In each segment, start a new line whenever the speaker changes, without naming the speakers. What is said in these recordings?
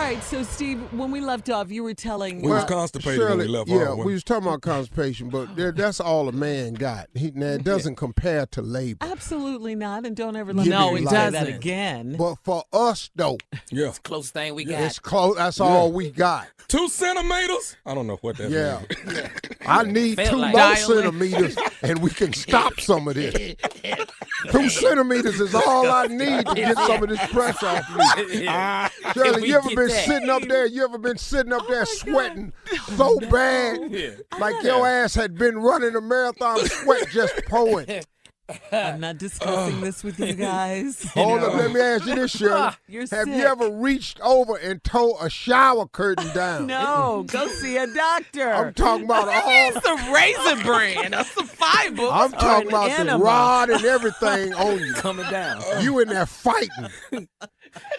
right, so Steve, when we left off, you were telling uh,
We was constipated when we
Shirley,
left
yeah,
our
we was talking about constipation, but there, that's all a man got. He, now, it doesn't compare to labor.
absolutely not, and don't ever let
No,
me
it
say that
doesn't.
again.
But for us, though,
Yeah.
close thing we got.
it's close. That's all we got.
Two centimeters? I don't know what that
Yeah.
means.
I need
Felt
two
like
more
dialing.
centimeters, and we can stop some of this. two centimeters is all I need to get some of this pressure off me.
Yeah.
Ah,
If
Shirley,
we
you ever
get that.
been
Oh
sitting up there? You ever been sitting up there sweating so bad, like your ass had been running a marathon, sweat just pouring.
I'm not
Uh,
discussing this with you guys.
Hold up, let me ask you this, Shirley.
You're
Have
sick.
you ever reached over and tore a shower curtain down?
No, go see a
I'm
doctor.
talking about all.
It's the raisin brand. That's the fiber.
I'm talking
an
about
enema.
the rod and everything on you.
Coming down.
You in there fighting.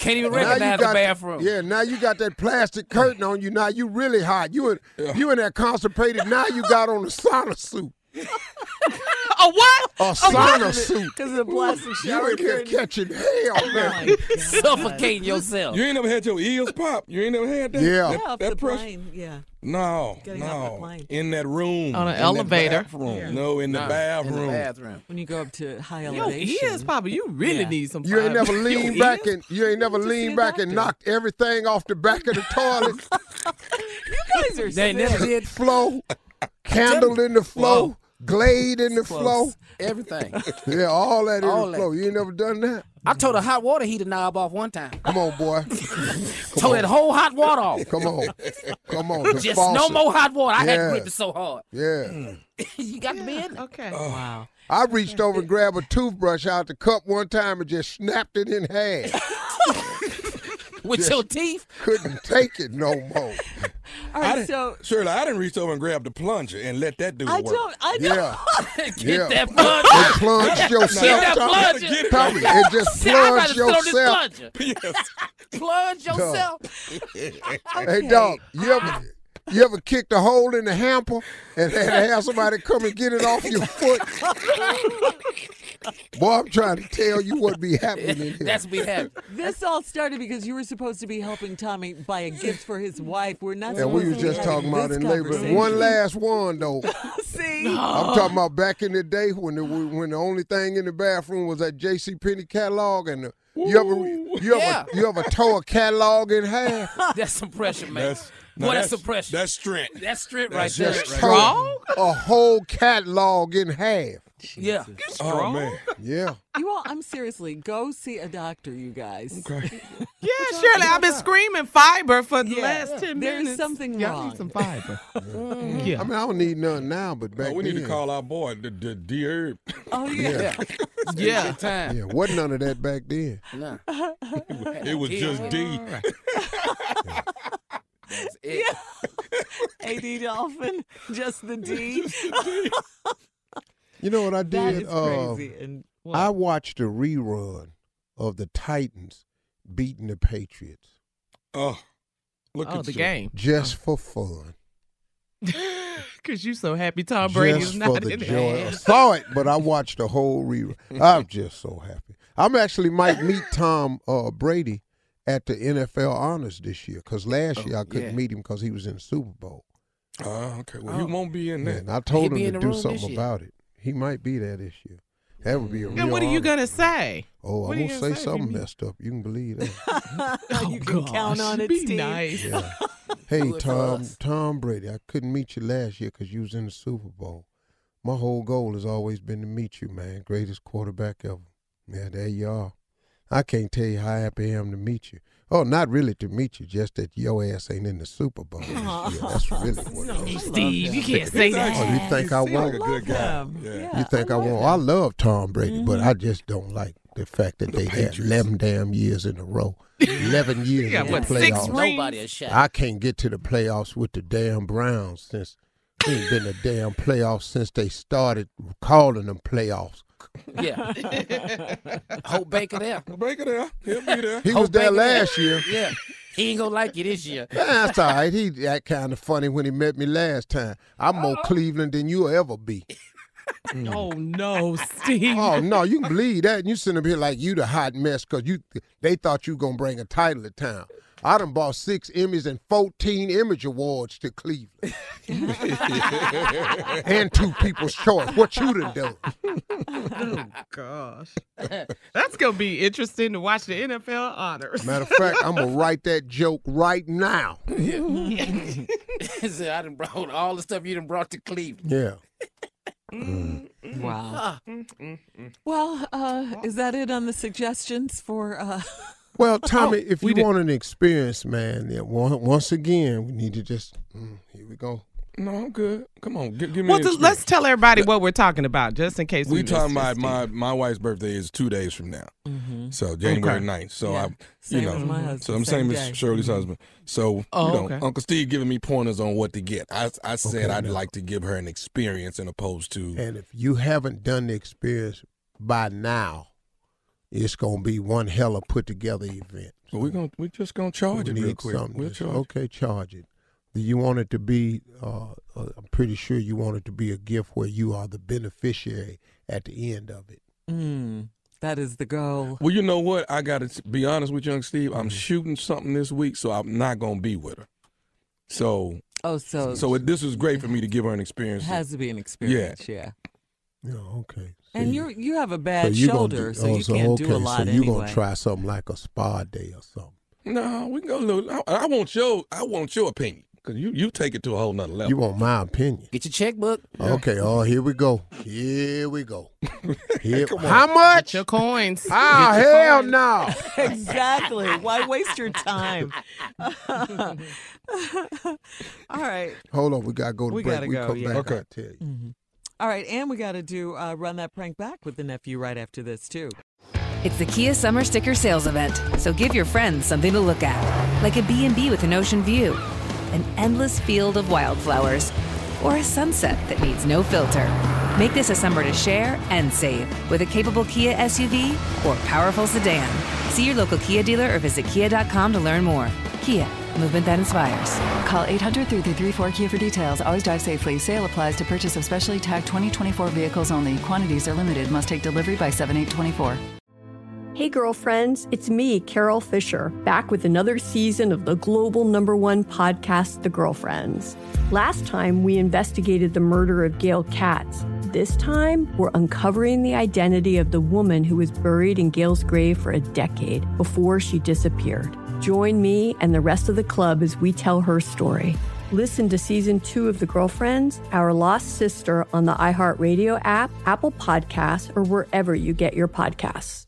Can't even
Now you
recognize the
got-
bathroom.
Yeah, now you got that plastic curtain on you. Now you really hot. You in you in that constipated. Now you got on a sauna suit.
A what?
A sauna suit.
Because of the plastic
You
shower
in there
curtain.
catching hell now.
Suffocating yourself.
Oh You ain't never had your ears pop. You ain't never had that.
Yeah.
That,
Yeah, off
that
the
pressure.
plane, yeah.
No.
Getting off the
no.
plane.
Oh, In that room.
On an
In that
elevator.
bathroom. No, in the
In
bathroom.
the bathroom.
When you go up to high
Yo,
elevation.
ears, Papa, you really
Yeah.
need some.
You ain't
fiber.
never leaned back and you ain't never
Just see a
leaned back
doctor.
and knocked everything off the back of the toilet.
You guys are
They ain't never
sick.
did
flow, candle in the flow,
Whoa.
glade in the
Close.
everything.
flow. Yeah, all that in
All
the
that.
flow. You ain't never done that.
I tore the hot water heater knob off one time.
Come on, boy.
tore that whole hot water off.
Come on. Come on. The
Just no
faucet.
more hot water. I had
Yeah.
to grip it so hard. Oh.
Yeah.
you got to be in it.
Okay.
Wow.
I reached over and grabbed a toothbrush out the cup one time and just snapped it in half.
With your teeth.
Couldn't take it no more.
All
I
right,
didn't,
so
Shirley, I didn't reach over and grab the plunger and let that do the
I
work.
don't, I don't.
Yeah.
Get
Yeah.
that plug.
And plunged yourself,
that
Tommy.
plunger. Get
it
Tommy,
right.
and just
See, I'd rather
plunged
sit on this
yourself.
plunger. Plunge yourself.
Hey, dog, you ever you ever kicked a hole in the hamper and had to have somebody come and get it off your foot? Boy, I'm trying to tell you what be happening in here.
This all started because you were supposed to be helping Tommy buy a gift for his wife. We're not.
And we
supposed
was
to be
just talking
having
about
this
in labor.
conversation.
One last one though.
See,
I'm talking about back in the day when the when the only thing in the bathroom was that J.C. Penney catalog, and the, you ever you ever you ever tore a catalog in half?
That's some pressure, man. That's,
now
Boy, that's,
that's-
some pressure.
That's strength.
That's strength
That's
right
just
there.
tore A whole catalog in half.
Yeah.
Oh man, yeah.
You all, I'm seriously go see a doctor, you guys. Okay.
Yeah, Shirley, I've been screaming fiber for the
Yeah.
last 10
There's
minutes.
something
Y'all
wrong.
need some fiber. Mm.
I mean, I don't need none now, but back
Oh, we need to
then-
call our boy the the D Herb.
Oh
yeah.
Yeah. time.
Yeah, wasn't none of that back then.
No.
It was just D.
AD Dolphin, just the D.
You know what I did?
That is
Uh,
crazy. And what?
I watched a rerun of the Titans beating the Patriots
Oh, look
Oh,
at
the
you.
game.
just
Oh.
for fun.
Because you so happy Tom Brady's
just
not
for the
in
joy. I
it.
saw it, but I watched the whole rerun. I'm just so happy. I'm actually might meet Tom uh, Brady at the NFL Honors this year because last year I
Oh,
couldn't
yeah.
meet him because he was in the Super Bowl.
Oh, okay. Well, you won't be in that.
And I told him to do something about it. He might be there this year. That would be a real.
And what are you
honor.
going to say?
Oh,
What are
I'm
you gonna
gonna say
say if you
something
meet-
messed up. You can believe that.
you can count on it,
Be
Steve.
nice.
Hey
it for
Tom,
us.
Tom Brady, I couldn't meet you last year because you was in the Super Bowl. My whole goal has always been to meet you, man. Greatest quarterback ever. Yeah, there you are. I can't tell you how happy I am to meet you. Oh, not really to meet you, just that your ass ain't in the Super Bowl. this year. That's really what it is.
Steve, you can't say
Oh,
that.
you think I
Seems like
won't?
a good guy. Yeah.
You think I, won't? I love Tom Brady, but I just don't like the fact that they had eleven damn years in a row, eleven years
got,
in
what,
the
six
playoffs.
rings?
Nobody a shot.
I can't get to the playoffs with the damn Browns since we ain't been a damn playoffs since they started calling them playoffs.
yeah. Hope Baker there.
Break it down. He'll be there.
He was there last year.
Yeah. He ain't gonna like you this year.
Nah, That's all right. He that kind of funny when he met me last time. I'm more Cleveland than you'll ever be.
Oh, no, Steve.
Oh no, you can believe that. And you sitting up here like you the hot mess because you they thought you gonna bring a title to town. I done bought six Emmys and fourteen Image Awards to Cleveland. and two people's choice. What you done done?
Gosh. That's going to be interesting to watch the NFL honors.
Matter of fact, I'm gonna write that joke right now.
So I done brought all the stuff you done brought to Cleveland.
Yeah.
Wow. Well, uh, is that it on the suggestions for? Uh,
Well, Tommy, if
we
you
did-
want an experience, man, then on- once again, we need to just mm, here we go.
No, I'm good. Come on, give, give me.
Well,
an
just-
experience.
let's tell everybody what we're talking about, just in case we,
We talking
missed it,
about my my wife's birthday is two days from now,
Mm-hmm.
so January ninth. 9th. So I, you
Same
know,
as my husband,
so I'm
same
same
day. Mm-hmm.
as Shirley's husband. So
Oh,
you know,
okay.
Uncle Steve giving me pointers on what to get. I I said
Okay,
I'd
now.
like to give her an experience, in opposed to
And if you haven't done the experience by now, it's gonna be one hell of put together event.
But we're gonna we're just gonna charge
We
it
need
real quick.
something
We'll
that's-
charge.
okay, charge it. Do you want it to be? Uh, uh, I'm pretty sure you want it to be a gift where you are the beneficiary at the end of it.
Mm, that is the goal. Mm-hmm.
Well, you know what? I gotta s- be honest with young Steve. I'm shooting something this week, so I'm not gonna be with her. So
Oh, so,
so it, this was great for me to give her an
it
experience.
has to be an experience. Yeah.
Yeah, okay. So
And
you-
you you have a
so
bad
you gonna
shoulder,
do-
so
oh,
you can't
okay,
do a lot
So you
anyway.
gonna try something like a spa day or something.
no, we can go. Look, I, I want your I want your opinion because you you take it to a whole nother level.
You want my opinion?
Get your checkbook.
Okay. Oh, here we go. Here we go. Here, how much?
Your coins.
Ah, hell no.
exactly. Why waste your time? All right.
Hold on, we gotta go to
We
break.
gotta
we
go,
come
yeah.
back.
Okay.
I'll tell you.
All right, and we got to do uh, run that prank back with the nephew right after this too.
It's the Kia Summer Sticker Sales Event, so give your friends something to look at, like a B&B with an ocean view, an endless field of wildflowers, or a sunset that needs no filter. Make this a summer to share and save with a capable Kia SUV or powerful sedan. See your local Kia dealer or visit kia.com to learn more. Kia,
Movement that inspires.
Call 800 334 Kia for details. Always drive safely. Sale applies to purchase of specially tagged 2024 vehicles only. Quantities are limited. Must take delivery by 7824.
Hey, girlfriends, it's me, Carol Fisher, back with another season of the global number one podcast, The Girlfriends. Last time, we investigated the murder of Gail Katz. This time, we're uncovering the identity of the woman who was buried in Gail's grave for a decade before she disappeared. Join me and the rest of the club as we tell her story. Listen to season two of The Girlfriends, Our Lost Sister on the iHeartRadio app, Apple Podcasts, or wherever you get your podcasts.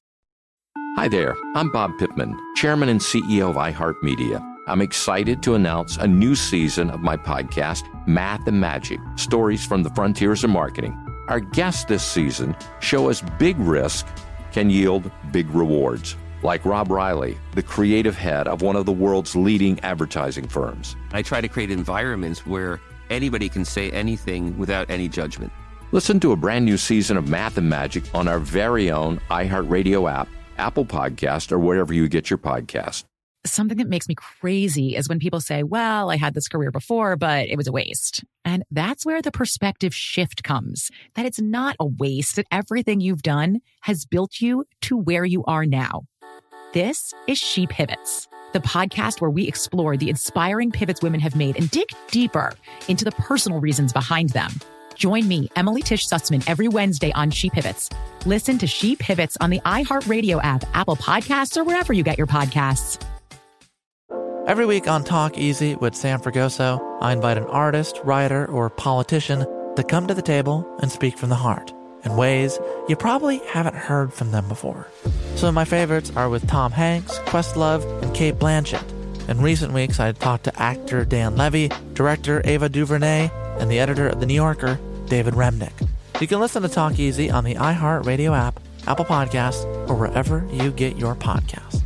Hi there, I'm Bob Pittman, Chairman and CEO of iHeartMedia. I'm excited to announce a new season of my podcast, Math and Magic Stories from the Frontiers of Marketing. Our guests this season show us big risk can yield big rewards, like Rob Riley, the creative head of one of the world's leading advertising firms.
I try to create environments where anybody can say anything without any judgment.
Listen to a brand new season of Math and Magic on our very own iHeartRadio app, Apple Podcast, or wherever you get your podcast.
Something that makes me crazy is when people say, Well, I had this career before, but it was a waste. And that's where the perspective shift comes that it's not a waste, that everything you've done has built you to where you are now. This is She Pivots, the podcast where we explore the inspiring pivots women have made and dig deeper into the personal reasons behind them. Join me, Emily Tish Sussman, every Wednesday on She Pivots. Listen to She Pivots on the iHeartRadio app, Apple Podcasts, or wherever you get your podcasts.
Every week on Talk Easy with Sam Fragoso, I invite an artist, writer, or politician to come to the table and speak from the heart in ways you probably haven't heard from them before. Some of my favorites are with Tom Hanks, Questlove, and Kate Blanchett. In recent weeks, I talked to actor Dan Levy, director Ava DuVernay, and the editor of The New Yorker, David Remnick. You can listen to Talk Easy on the iHeartRadio app, Apple Podcasts, or wherever you get your podcasts.